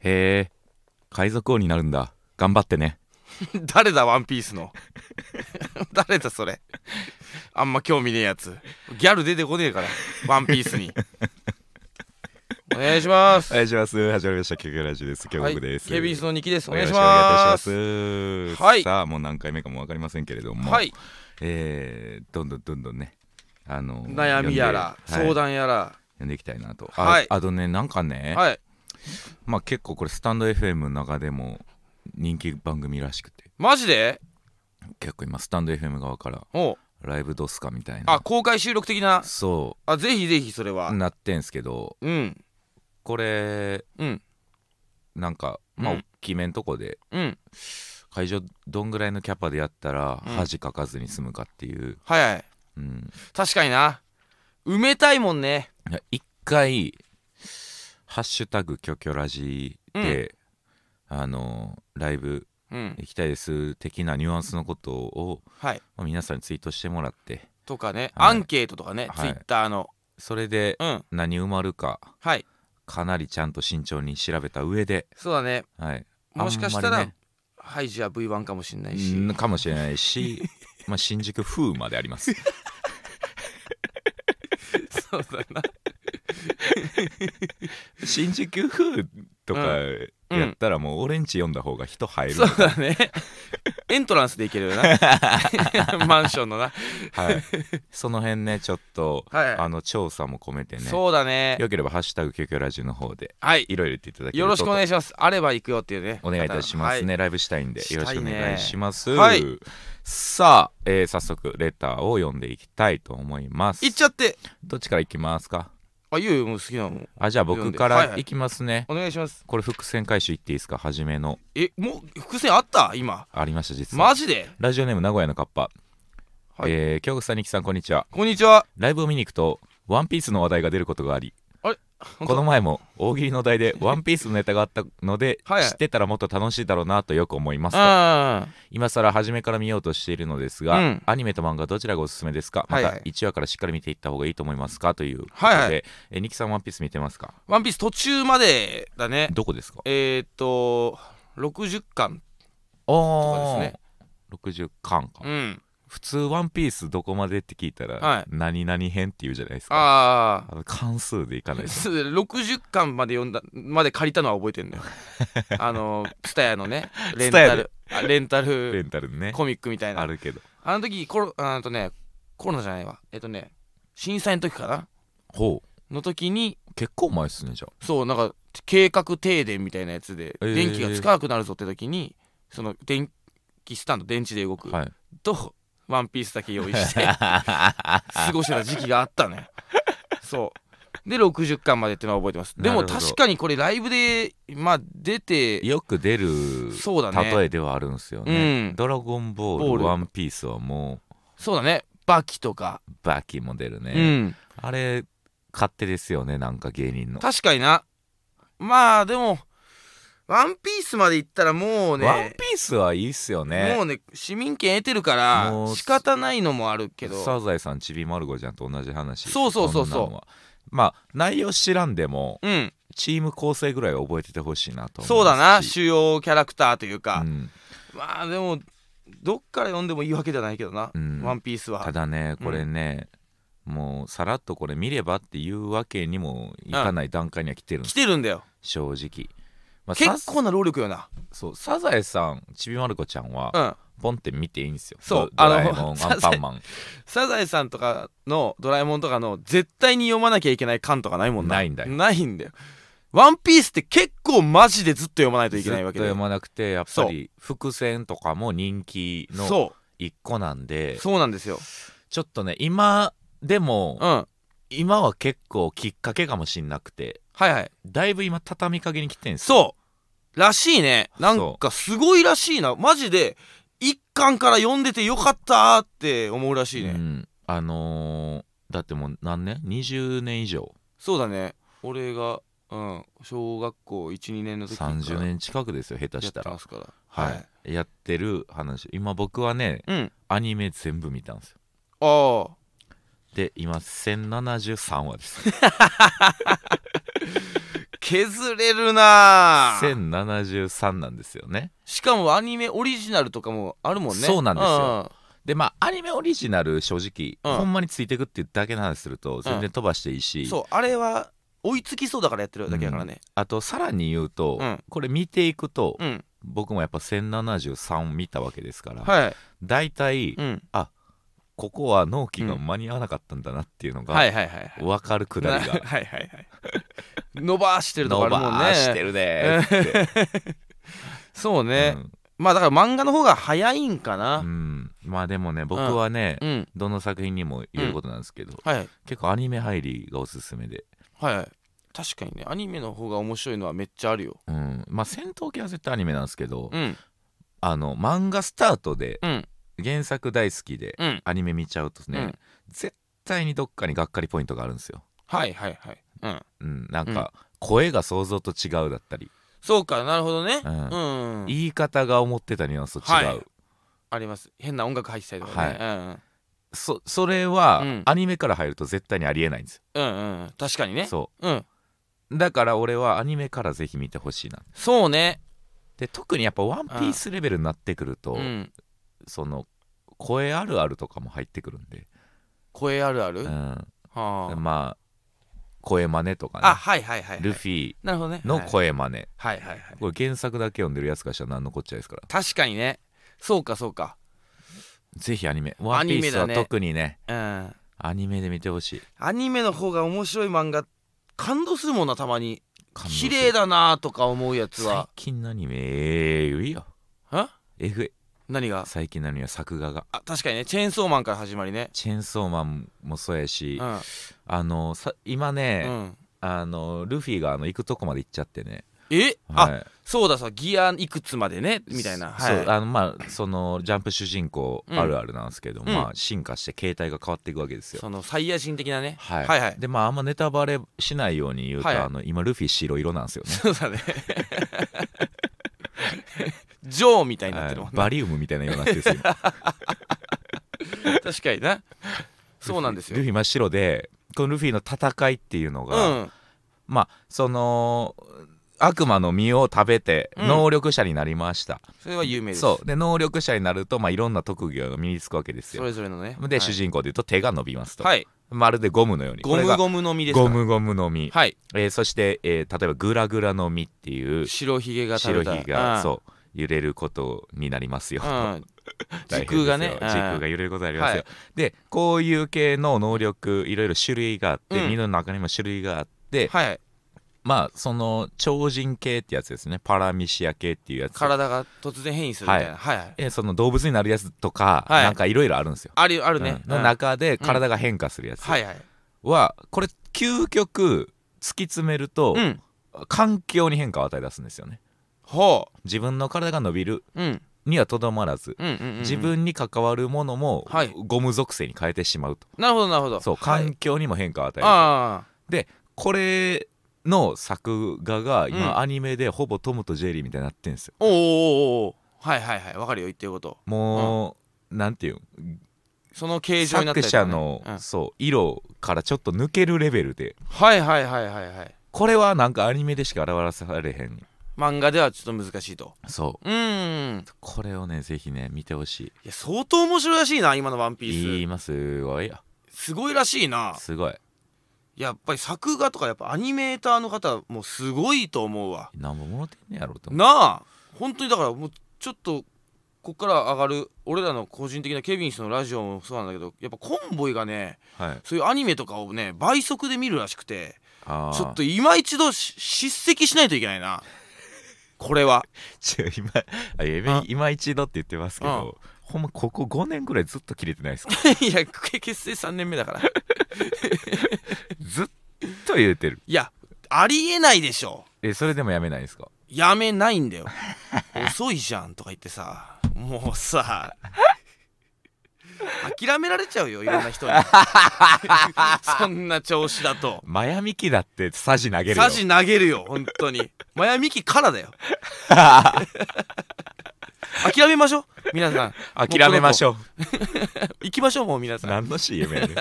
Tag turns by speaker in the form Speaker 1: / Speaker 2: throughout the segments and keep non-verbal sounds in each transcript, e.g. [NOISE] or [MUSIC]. Speaker 1: へえ海賊王になるんだ頑張ってね
Speaker 2: 誰だワンピースの [LAUGHS] 誰だそれあんま興味ねえやつギャル出てこねえからワンピースにお願いします
Speaker 1: お願いします始まりました「キョラジオ」です京極です、
Speaker 2: はい、ケビンスのニキですお願いし
Speaker 1: よろくお願いい
Speaker 2: ま
Speaker 1: たし
Speaker 2: す
Speaker 1: ます、
Speaker 2: はい
Speaker 1: さあもう何回目かも分かりませんけれども、
Speaker 2: はい
Speaker 1: えーどんどんどんどんねあの
Speaker 2: 悩みやら
Speaker 1: 呼んではい
Speaker 2: 相談やら
Speaker 1: 呼んでいきたいなと、
Speaker 2: はい
Speaker 1: ああとねなんかね、
Speaker 2: はい
Speaker 1: まあ結構これスタンド FM の中でも人気番組らしくて
Speaker 2: マジで
Speaker 1: 結構今スタンド FM 側から
Speaker 2: おう
Speaker 1: ライブどうすかみたいな
Speaker 2: あ公開収録的な
Speaker 1: そ
Speaker 2: あぜひぜひそれは
Speaker 1: うなってんすけど
Speaker 2: うん
Speaker 1: これ
Speaker 2: うん
Speaker 1: なんかまあ
Speaker 2: うん
Speaker 1: 大きめんとこで
Speaker 2: うん
Speaker 1: 会場どんぐらいのキャパでやったら
Speaker 2: うん
Speaker 1: 恥かかずに済むかっていう、
Speaker 2: はいはい
Speaker 1: うん、
Speaker 2: 確かにな埋めたいもんね
Speaker 1: いや一回「ハッシュタグキョキョラジ」で、あのライブ
Speaker 2: うん
Speaker 1: 行きたいです的なニュアンスのことを
Speaker 2: はい
Speaker 1: まあ皆さんにツイートしてもらって
Speaker 2: とかね
Speaker 1: は
Speaker 2: ア
Speaker 1: い
Speaker 2: ンケートとかね
Speaker 1: はい
Speaker 2: ツイッターの
Speaker 1: それで
Speaker 2: うん
Speaker 1: 何埋まるか
Speaker 2: はい
Speaker 1: かなりちゃんと慎重に調べた上で、
Speaker 2: そうだね
Speaker 1: はい、
Speaker 2: もしかした
Speaker 1: あんま
Speaker 2: ら、
Speaker 1: りね
Speaker 2: ハイジは V1 かもしれないし、
Speaker 1: うんかもしれない [LAUGHS] しまあ新宿風まであります
Speaker 2: そうだ
Speaker 1: [LAUGHS]
Speaker 2: な
Speaker 1: [LAUGHS] 新宿風とか
Speaker 2: うん
Speaker 1: やったらもう俺んち読んだ方が人入る、
Speaker 2: そう
Speaker 1: [LAUGHS]
Speaker 2: だねエントランスでいけるよ
Speaker 1: [LAUGHS]
Speaker 2: なマンションのな、
Speaker 1: はい、その辺ねちょっと、
Speaker 2: はい
Speaker 1: あの調査も込めてね
Speaker 2: そうだね
Speaker 1: よければ「ハッシュタグキョラジオ」の方で
Speaker 2: はい
Speaker 1: いろいろ言っていただけると
Speaker 2: よろしくお願いしますあれば行くよっていうね
Speaker 1: お願いいたしますね、
Speaker 2: はい
Speaker 1: ライブしたいんで
Speaker 2: したい
Speaker 1: よ
Speaker 2: ね
Speaker 1: ろしくお願いします、
Speaker 2: はい
Speaker 1: さあ、えー早速レターを読んでいきたいと思います
Speaker 2: 行っちゃって
Speaker 1: どっちからいきますか
Speaker 2: あゆうよもう好きなの
Speaker 1: あじゃあ僕か
Speaker 2: 読んではい
Speaker 1: ら
Speaker 2: はい
Speaker 1: いきますね、
Speaker 2: お願いします
Speaker 1: これ伏線回収いっていいですか初めの
Speaker 2: えもう伏線あった今
Speaker 1: ありました実は、
Speaker 2: マジで
Speaker 1: ラジオネーム名古屋のカッパ、
Speaker 2: はい
Speaker 1: えー、京極さんにきさんこんにちは
Speaker 2: こんにちは
Speaker 1: ライブを見に行くとワンピースの話題が出ることがあり
Speaker 2: 本
Speaker 1: こ
Speaker 2: 当
Speaker 1: の前も大喜利の題でワンピースのネタがあったので
Speaker 2: [LAUGHS] はいはい
Speaker 1: 知ってたらもっと楽しいだろうなとよく思いますと
Speaker 2: あ
Speaker 1: 今更初めから見ようとしているのですが、
Speaker 2: うん
Speaker 1: アニメと漫画どちらがおすすめですかま
Speaker 2: はい
Speaker 1: た
Speaker 2: はい
Speaker 1: 1話からしっかり見ていった方がいいと思いますかということで、
Speaker 2: はいはい
Speaker 1: えニキさんワンピース見てますか
Speaker 2: ーワンピース途中までだね
Speaker 1: どこですか
Speaker 2: えー、っと60巻
Speaker 1: お
Speaker 2: か
Speaker 1: ー
Speaker 2: ですね
Speaker 1: 60巻か、
Speaker 2: うん
Speaker 1: 普通ワンピースどこまでって聞いたら、
Speaker 2: はい
Speaker 1: 何々編って言うじゃないですか
Speaker 2: ああ
Speaker 1: あの関数でいかないです
Speaker 2: 60巻まで読んだまで借りたのは覚え
Speaker 1: [LAUGHS]
Speaker 2: てんだよあのスタヤのねレン
Speaker 1: TSUTAYA
Speaker 2: タ
Speaker 1: で
Speaker 2: ルあレンタ
Speaker 1: レ
Speaker 2: ル
Speaker 1: ンタルね
Speaker 2: コミックみたいな
Speaker 1: あ
Speaker 2: あ
Speaker 1: るけど
Speaker 2: の時コロあとねコロナじゃないわえっとね震災の時かな
Speaker 1: ほう
Speaker 2: の時に
Speaker 1: 結構前っすねじゃ
Speaker 2: そうなんか計画停電みたいなやつで、
Speaker 1: えー
Speaker 2: 電気がつかなくなるぞって時にその電気スタンド電池で動く、
Speaker 1: あはい
Speaker 2: とワンピースだけ用意して
Speaker 1: [LAUGHS]
Speaker 2: 過ごしてた時期があったねそうで60巻までってのは覚えてますで
Speaker 1: な
Speaker 2: も
Speaker 1: るほど
Speaker 2: 確かにこれライブでまあ出て
Speaker 1: よく出る
Speaker 2: そうだね
Speaker 1: 例えではあるんですよね、
Speaker 2: うん
Speaker 1: ドラゴンボール
Speaker 2: ボール
Speaker 1: ワンピースはも
Speaker 2: そうだねバキとか、
Speaker 1: うバキも出るね、
Speaker 2: うん
Speaker 1: あれ勝手ですよねなんか芸人の、
Speaker 2: 確かになまあでもワンピースまで行ったらもうね
Speaker 1: ワンピースはいいっすよね
Speaker 2: もうね市民権得てるから
Speaker 1: もう
Speaker 2: 仕方ないのもあるけど
Speaker 1: サザエさんちびまる子ちゃんと同じ話
Speaker 2: そうそうそうそう
Speaker 1: こんなんはまあ内容知らんでも
Speaker 2: うん
Speaker 1: チーム構成ぐらいは覚えててほしいなと思
Speaker 2: そうだな
Speaker 1: し
Speaker 2: 主要キャラクターというか、
Speaker 1: うん
Speaker 2: まあでもどっから読んでもいいわけじゃないけどな、
Speaker 1: うん
Speaker 2: ワンピースは
Speaker 1: ただねこれね、もうさらっとこれ見ればっていうわけにもいかない段階には来てるんで
Speaker 2: 来
Speaker 1: す、
Speaker 2: てるんだよ
Speaker 1: 正直、まあ、
Speaker 2: 結
Speaker 1: さ
Speaker 2: 構な労力よな
Speaker 1: そうサザエさんちびまる子ちゃんは、
Speaker 2: うん
Speaker 1: ポンって見ていいんですよ
Speaker 2: そう
Speaker 1: ドドラえもん
Speaker 2: あの
Speaker 1: アンパンマン
Speaker 2: サザエさんとかのドラえもんとかの絶対に読まなきゃいけない巻とかないもんな
Speaker 1: ないんだよ
Speaker 2: ないんだよワンピースって結構マジでずっと読まないといけないわけ
Speaker 1: ずっ
Speaker 2: で
Speaker 1: と読まなくてやっぱり伏線とかも人気の
Speaker 2: そ
Speaker 1: 一個なん
Speaker 2: う
Speaker 1: で
Speaker 2: そうなんですよ
Speaker 1: ちょっとね今でも、
Speaker 2: うんはい
Speaker 1: 今は結構きっかけかもしんなくて
Speaker 2: はい
Speaker 1: だいぶ今畳みかけに来てんすよ
Speaker 2: そうらしいねなんかすごいらしいなマジで一巻から読んでてよかったって思うらしい
Speaker 1: う
Speaker 2: ね、
Speaker 1: ん、あのーだってもう何年 ?20 年以上
Speaker 2: そうだね俺がうん小学校12年の時から
Speaker 1: 30年近くですよ下手
Speaker 2: やっ
Speaker 1: してたら
Speaker 2: ますから
Speaker 1: はい、やってる話今僕はね
Speaker 2: うん
Speaker 1: アニメ全部見たんですよ
Speaker 2: ああ
Speaker 1: で今1073話です
Speaker 2: 結削れるなぁ
Speaker 1: 1073なんですよね
Speaker 2: しかもアニメオリジナルとかもあるもんね
Speaker 1: そうなんですよでまあアニメオリジナル正直、
Speaker 2: うん
Speaker 1: ほんまについてくっていうだけの話すると全然飛ばしていいし、
Speaker 2: うんそうあれは追いつきそうだからやってるだけだからね
Speaker 1: あとさらに言うと、
Speaker 2: うん
Speaker 1: これ見ていくと、
Speaker 2: うん、
Speaker 1: 僕もやっぱ1073見たわけですから、
Speaker 2: はい、
Speaker 1: 大体
Speaker 2: うん、
Speaker 1: ここは納期が間に合わなかったんだなっていうの
Speaker 2: は
Speaker 1: が
Speaker 2: いはいはいはい
Speaker 1: 分かるくだりが、
Speaker 2: [LAUGHS] はいはいはい伸ばしてるとこあ
Speaker 1: 伸
Speaker 2: るもんね
Speaker 1: ばしてるでーって、
Speaker 2: そうね、
Speaker 1: うん
Speaker 2: まあだから漫画の方が早いんか
Speaker 1: [LAUGHS] う
Speaker 2: なん
Speaker 1: まあでもね僕はね、
Speaker 2: うん、
Speaker 1: どの作品にも言えることなんですけど、
Speaker 2: はい
Speaker 1: 結構アニメ入りがおすすめで、
Speaker 2: はいはい確かにねアニメの方が面白いのはめっちゃあるよ
Speaker 1: うん、まあ戦闘系は絶対アニメなんですけど、
Speaker 2: うん
Speaker 1: あの漫画スタートで
Speaker 2: うん
Speaker 1: 原作大好きで
Speaker 2: うん
Speaker 1: アニメ見ちゃうとね、
Speaker 2: うん
Speaker 1: 絶対にどっかにがっかりポイントがあるんですよ、
Speaker 2: はいはいはいうん
Speaker 1: うん、なんか声が想像と違うだったり、
Speaker 2: そうかなるほどね
Speaker 1: う
Speaker 2: うんん、
Speaker 1: 言い方が思ってたニュアンスと違う、
Speaker 2: はいあります変な音楽入ってたりとかね、
Speaker 1: そそれは、
Speaker 2: うん
Speaker 1: アニメから入ると絶対にありえないんです
Speaker 2: うんうんうんうん確かに
Speaker 1: よ
Speaker 2: ね
Speaker 1: そ
Speaker 2: うん
Speaker 1: うだから俺はアニメからぜひ見てほしいな
Speaker 2: そうね
Speaker 1: で特にやっぱ「ワンピースレベルになってくると、
Speaker 2: うん
Speaker 1: その声あるあるとかも入ってくるんで、
Speaker 2: 声あるある、
Speaker 1: う
Speaker 2: は
Speaker 1: ん、
Speaker 2: あ
Speaker 1: まあ声真似とかね
Speaker 2: あはいはいはい、はい、
Speaker 1: ルフィ
Speaker 2: なるほどね
Speaker 1: の声真似、
Speaker 2: はいはいはいはい
Speaker 1: これ原作だけ読んでるやつからしたら何のこっちゃですから
Speaker 2: 確かにねそうかそうか
Speaker 1: ぜひアニメ「ワンピースは
Speaker 2: アニメだね
Speaker 1: 特にね
Speaker 2: うん
Speaker 1: アニメで見てほしい
Speaker 2: アニメの方が面白い漫画感動するもんなたまに
Speaker 1: 感動す
Speaker 2: 綺
Speaker 1: る
Speaker 2: 麗だなとか思うやつ
Speaker 1: 最
Speaker 2: は
Speaker 1: 近のアニメええいいよ
Speaker 2: ん
Speaker 1: えぐい
Speaker 2: 何が
Speaker 1: 最近のアニメは作画が
Speaker 2: あ確かにねチェーンソーマンから始まりね
Speaker 1: チェーンソーマンもそうや
Speaker 2: う
Speaker 1: し、
Speaker 2: ん、
Speaker 1: あのさ今
Speaker 2: う
Speaker 1: ね、
Speaker 2: ん、
Speaker 1: あのルフィがあの行くとこまで行っちゃってね、
Speaker 2: え、あ
Speaker 1: はい、
Speaker 2: そうだそうギアいくつまでねみたいな
Speaker 1: そ
Speaker 2: は
Speaker 1: う
Speaker 2: い
Speaker 1: あのまあそのジャンプ主人公あるあるなんですけど、
Speaker 2: ん
Speaker 1: まあ進化して形態が変わっていくわけですよ、
Speaker 2: そのサイヤ人的なね、
Speaker 1: はい、
Speaker 2: はいはい
Speaker 1: でまああんまネタバレしないように言うと、
Speaker 2: はい
Speaker 1: あの今ルフィ白色なんですよね
Speaker 2: そうだねジョーみたいになってるもんね、
Speaker 1: バリウムみたいな色になってるんですよ今
Speaker 2: 確かにな [LAUGHS] そうなんです
Speaker 1: ル
Speaker 2: よ
Speaker 1: フィ真っ白でこのルフィの戦いっていうの
Speaker 2: う
Speaker 1: が、
Speaker 2: ん
Speaker 1: まあその悪魔の実を食べて
Speaker 2: うん
Speaker 1: 能力者になりました、
Speaker 2: それは有名です
Speaker 1: そうで能力者になると、まあ、いろんな特技が身につくわけです
Speaker 2: そ
Speaker 1: よ
Speaker 2: れぞれのね
Speaker 1: で、
Speaker 2: はい
Speaker 1: 主人公でいうと手が伸びますと、
Speaker 2: はい
Speaker 1: まるでゴムのように
Speaker 2: ゴ
Speaker 1: これ
Speaker 2: ム
Speaker 1: が
Speaker 2: ゴムの実ですか
Speaker 1: ゴムゴムの実、
Speaker 2: はい
Speaker 1: えーそして、えー例えばグラグラの実っていう
Speaker 2: 白ひげが食
Speaker 1: 白
Speaker 2: べ
Speaker 1: ひ
Speaker 2: た
Speaker 1: げが
Speaker 2: う
Speaker 1: そう揺れることになりますよ、
Speaker 2: ん、うん、
Speaker 1: [LAUGHS] 大変で
Speaker 2: 時
Speaker 1: すよ
Speaker 2: 空がね
Speaker 1: 時空が揺れることになりますよ、
Speaker 2: はい
Speaker 1: でこういう系の能力いろいろ種類があって、
Speaker 2: うん
Speaker 1: 実の中にも種類があって、
Speaker 2: はい
Speaker 1: まあその超人系ってやつですねパラミシア系っていうやつ
Speaker 2: 体が突然変異するみたいなはい、はい
Speaker 1: えーその動物になるやつとか、
Speaker 2: はい
Speaker 1: なんかいろいろあるんですよ、
Speaker 2: あるあるね、
Speaker 1: うんの
Speaker 2: うん
Speaker 1: 中で体が変化するやつ
Speaker 2: はいはい
Speaker 1: は、これ究極突き詰めると、
Speaker 2: うん
Speaker 1: 環境に変化を与え出すんですよね
Speaker 2: ほ
Speaker 1: 自分の体が伸びる
Speaker 2: ううん
Speaker 1: にはとどまらず、
Speaker 2: うんうんうんうん
Speaker 1: 自分に関わるものも、
Speaker 2: はい
Speaker 1: ゴム属性に変えてしまうと
Speaker 2: なるほどなるほど
Speaker 1: そう
Speaker 2: はい
Speaker 1: 環境にも変化を与える、
Speaker 2: ああ
Speaker 1: これの作画が今、
Speaker 2: うん
Speaker 1: アニメでほぼトムとジェリーみたいになってんですよ
Speaker 2: おーおーおーはいはいはいわかるよ言ってること
Speaker 1: もう、なんていうん
Speaker 2: その形状になった
Speaker 1: 作
Speaker 2: りと
Speaker 1: 者
Speaker 2: かね
Speaker 1: の、
Speaker 2: うん
Speaker 1: そう色からちょっと抜けるレベルで
Speaker 2: はいはいはいはいはい
Speaker 1: これはなんかアニメでしか表されへん
Speaker 2: 漫画ではちょっと難しいと
Speaker 1: そう
Speaker 2: うーん
Speaker 1: これをねぜひね見てほし
Speaker 2: いや相当面白いらしいな今の「ワンピ
Speaker 1: いい
Speaker 2: ー
Speaker 1: いますごいよ
Speaker 2: スすごいらしいな
Speaker 1: すごい
Speaker 2: やっぱり作画とかやっぱアニメーターの方もすごいと思うわ
Speaker 1: なんぼもろてんねやろと思う
Speaker 2: なあ本当にだからもうちょっとこっから上がる俺らの個人的なケビン氏のラジオもそうなんだけどやっぱコンボイがね
Speaker 1: はい
Speaker 2: そういうアニメとかをね倍速で見るらしくて
Speaker 1: あー
Speaker 2: ちょっと今一度し叱責しないといけないなこれは
Speaker 1: ちょ今あいや今今一度って言ってますけど、ほんまここ5年ぐらいずっと切れてないですか
Speaker 2: [LAUGHS] いやけ結成3年目だ [LAUGHS] から
Speaker 1: ずっと言うてる
Speaker 2: いやありえないでしょ
Speaker 1: えそれでもやめないですか
Speaker 2: やめないんだよ遅いじゃんとか言ってさもうさ諦められちゃうよいろんな人に [LAUGHS] そんな調子だと
Speaker 1: マヤミキだってサジ投げるよ
Speaker 2: サジ投げるよ本当にマヤミキから [LAUGHS] だよ諦めましょう皆さん
Speaker 1: 諦めまし
Speaker 2: ょ
Speaker 1: ょ
Speaker 2: う行きましょうもう皆 [LAUGHS]
Speaker 1: う
Speaker 2: さん
Speaker 1: 何の CM やねん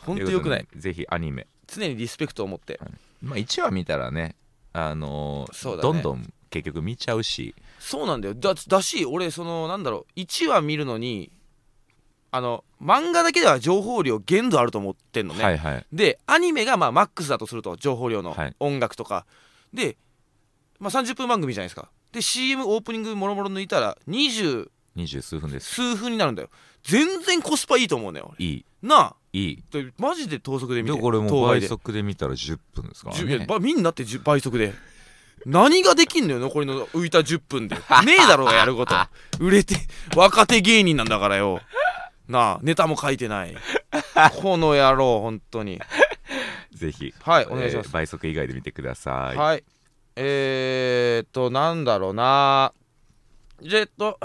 Speaker 2: ほんとよくな
Speaker 1: とう
Speaker 2: い
Speaker 1: ことでぜひアニメ
Speaker 2: 常にリスペクトを持って
Speaker 1: まあ1話見たらねあのー
Speaker 2: そうだね
Speaker 1: どんどん結局見ちゃうし
Speaker 2: そうなんだよだだし俺そのなんだろう1話見るのにあの漫画だけでは情報量限度あると思ってんのね、
Speaker 1: はいはい
Speaker 2: でアニメがまあマックスだとすると情報量の
Speaker 1: はい
Speaker 2: 音楽とか、で、まあ、30分番組じゃないですかで CM オープニングもろもろ抜いたら20
Speaker 1: 二十数分です
Speaker 2: 数分になるんだよ全然コスパいいと思うねよ
Speaker 1: いい
Speaker 2: なあ
Speaker 1: いい
Speaker 2: でマジで等速で見
Speaker 1: で
Speaker 2: て
Speaker 1: これも
Speaker 2: 等
Speaker 1: 倍
Speaker 2: で
Speaker 1: 速で見たら10分ですから
Speaker 2: じゅいや
Speaker 1: ね
Speaker 2: ばみんなってじゅ倍速で何ができんのよ残りの浮いた10分でねえだろうが
Speaker 1: [LAUGHS]
Speaker 2: やること売れて若手芸人なんだからよなあネタも書いてないこの野郎本当に
Speaker 1: ぜひ
Speaker 2: はいお願いします
Speaker 1: えー倍速以外で見てくださ
Speaker 2: はいい、えー、っとなんだろうなじゃえっと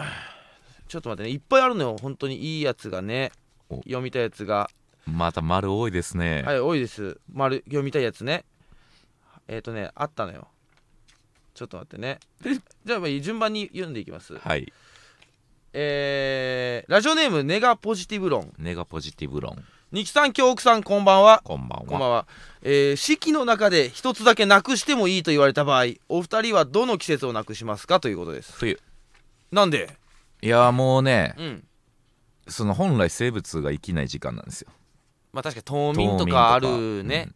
Speaker 2: ちょっと待ってねいっぱいあるのよ本当にいいやつがね
Speaker 1: お
Speaker 2: 読みたいやつが
Speaker 1: また丸多いですね
Speaker 2: はい、多いです。丸読みたいやつね。えっ、とね、あったのよ。ちょっと待っ
Speaker 1: [LAUGHS]
Speaker 2: てね。じゃあ、まあ順番に読んでいきます。
Speaker 1: はい
Speaker 2: えー、ラジオネーム、ネガポジティブ論。
Speaker 1: ネガポジティブ論
Speaker 2: ニキさん、京奥さん、こんばんは。
Speaker 1: こんばんは
Speaker 2: こんばんは。えー、四季の中で一つだけなくしてもいいと言われた場合、お二人はどの季節をなくしますかということです。
Speaker 1: 冬
Speaker 2: なんで
Speaker 1: いやーもうね
Speaker 2: うん。
Speaker 1: その本来生物が生きない時間なんですよ
Speaker 2: まあ確かに冬眠
Speaker 1: 冬眠と
Speaker 2: とか
Speaker 1: か
Speaker 2: あるね、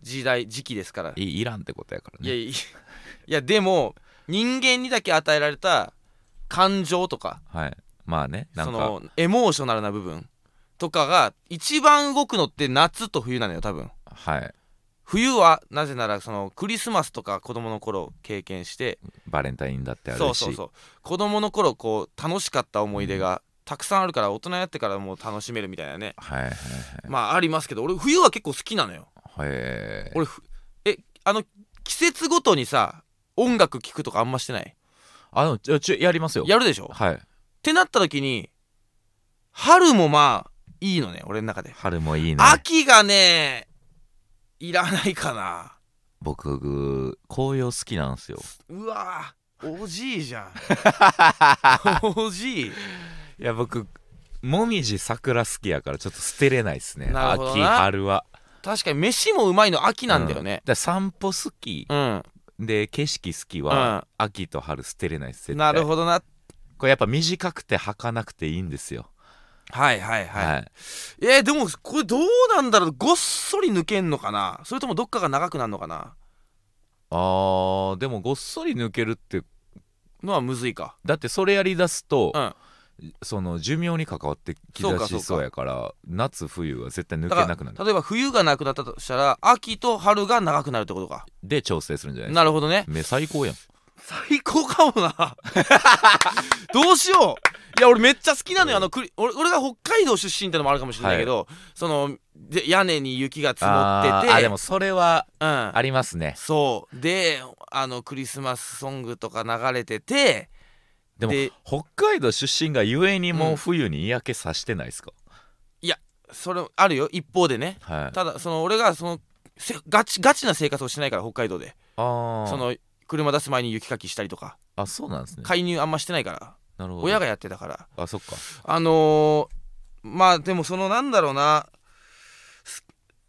Speaker 2: 時代、時期ですから。
Speaker 1: いいらんってことやから
Speaker 2: いや [LAUGHS]
Speaker 1: ね
Speaker 2: いやいやでも人間にだけ与えられた感情とか
Speaker 1: はいまあねなん
Speaker 2: そ
Speaker 1: か
Speaker 2: のエモーショナルな部分とかが一番動くのって夏と冬なのよ多分
Speaker 1: はい
Speaker 2: 冬はなぜならそのクリスマスとか子供の頃経験して
Speaker 1: バレンタインだってあるし
Speaker 2: そうそうそう子供の頃こう楽しかった思い出がたくさんあるから大人になってからもう楽しめるみたいなね
Speaker 1: はいはい
Speaker 2: まあありますけど俺冬は結構好きなのよ
Speaker 1: はいへー
Speaker 2: 俺ふえあの季節ごとにさ音楽聴くとかあんましてない
Speaker 1: あのちょちょやりますよ
Speaker 2: やるでしょ
Speaker 1: はい
Speaker 2: ってなった時に春もまあいいのね俺の中で、
Speaker 1: 春もいいね
Speaker 2: 秋がねいらないかな
Speaker 1: 僕紅葉好きなんですよ
Speaker 2: うわーおじい
Speaker 1: [LAUGHS]
Speaker 2: じゃんおじい
Speaker 1: いや僕もみじ桜好きやからちょっと捨てれないですね
Speaker 2: なるほど
Speaker 1: 秋
Speaker 2: な
Speaker 1: 春は
Speaker 2: 確かに飯もうまいの秋なんだよね
Speaker 1: うから散歩好き
Speaker 2: うん、
Speaker 1: で景色好き
Speaker 2: うん
Speaker 1: は秋と春捨てれないです絶対
Speaker 2: なる
Speaker 1: ど
Speaker 2: ほどな
Speaker 1: これやっぱ短くて儚くていいんですよ
Speaker 2: はいはいはい、
Speaker 1: はい
Speaker 2: えーでもこれどうなんだろうごっそり抜けんのかなそれともどっかが長くなるのかな
Speaker 1: あーでもごっそり抜けるって
Speaker 2: のはむずいか
Speaker 1: だってそれやりだすと、
Speaker 2: うん
Speaker 1: その寿命に関わってきだ
Speaker 2: そうかそう
Speaker 1: し
Speaker 2: か
Speaker 1: そうやから夏冬は絶対抜
Speaker 2: だ
Speaker 1: け
Speaker 2: か
Speaker 1: なくなる
Speaker 2: ら例えば冬がなくなったとしたら秋と春が長くなるってことか
Speaker 1: で調整するんじゃないです
Speaker 2: なるほど
Speaker 1: か
Speaker 2: ね
Speaker 1: 目最高やん
Speaker 2: 最高かもな [LAUGHS] どうしよういや俺めっちゃ好きなのよあのくり俺俺が北海道出身ってのもあるかもしれないけど、そので屋根に雪が積もってて
Speaker 1: あーあでもそれは
Speaker 2: うん、
Speaker 1: ありますね
Speaker 2: そうであのクリスマスソングとか流れてて
Speaker 1: でも
Speaker 2: で
Speaker 1: 北海道出身がゆえにも
Speaker 2: う
Speaker 1: うん冬に嫌気さしてないですか、
Speaker 2: それあるよ一方でね
Speaker 1: はい
Speaker 2: ただその俺がそのせガチガチな生活をしてないから北海道で
Speaker 1: あー
Speaker 2: その車出す前に雪かきしたりとか
Speaker 1: あそうなんですね
Speaker 2: 介入あんましてないから
Speaker 1: なるほど
Speaker 2: 親がやってたから
Speaker 1: あそっか
Speaker 2: あのー、まあでもそのなんだろうなす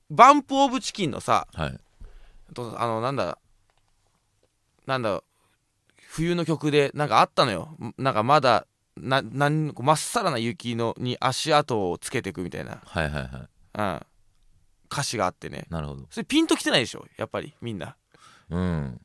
Speaker 2: バンプ・オブ・チキンのさ
Speaker 1: はい
Speaker 2: どあのなんだなんだ冬の曲でなんかあったのよんなんかまだななんまっさらな雪のに足跡をつけていくみたいな、
Speaker 1: はいはいは
Speaker 2: うん、歌詞があってね
Speaker 1: いなるほど
Speaker 2: それピンときてないでしょやっぱりみんな
Speaker 1: うん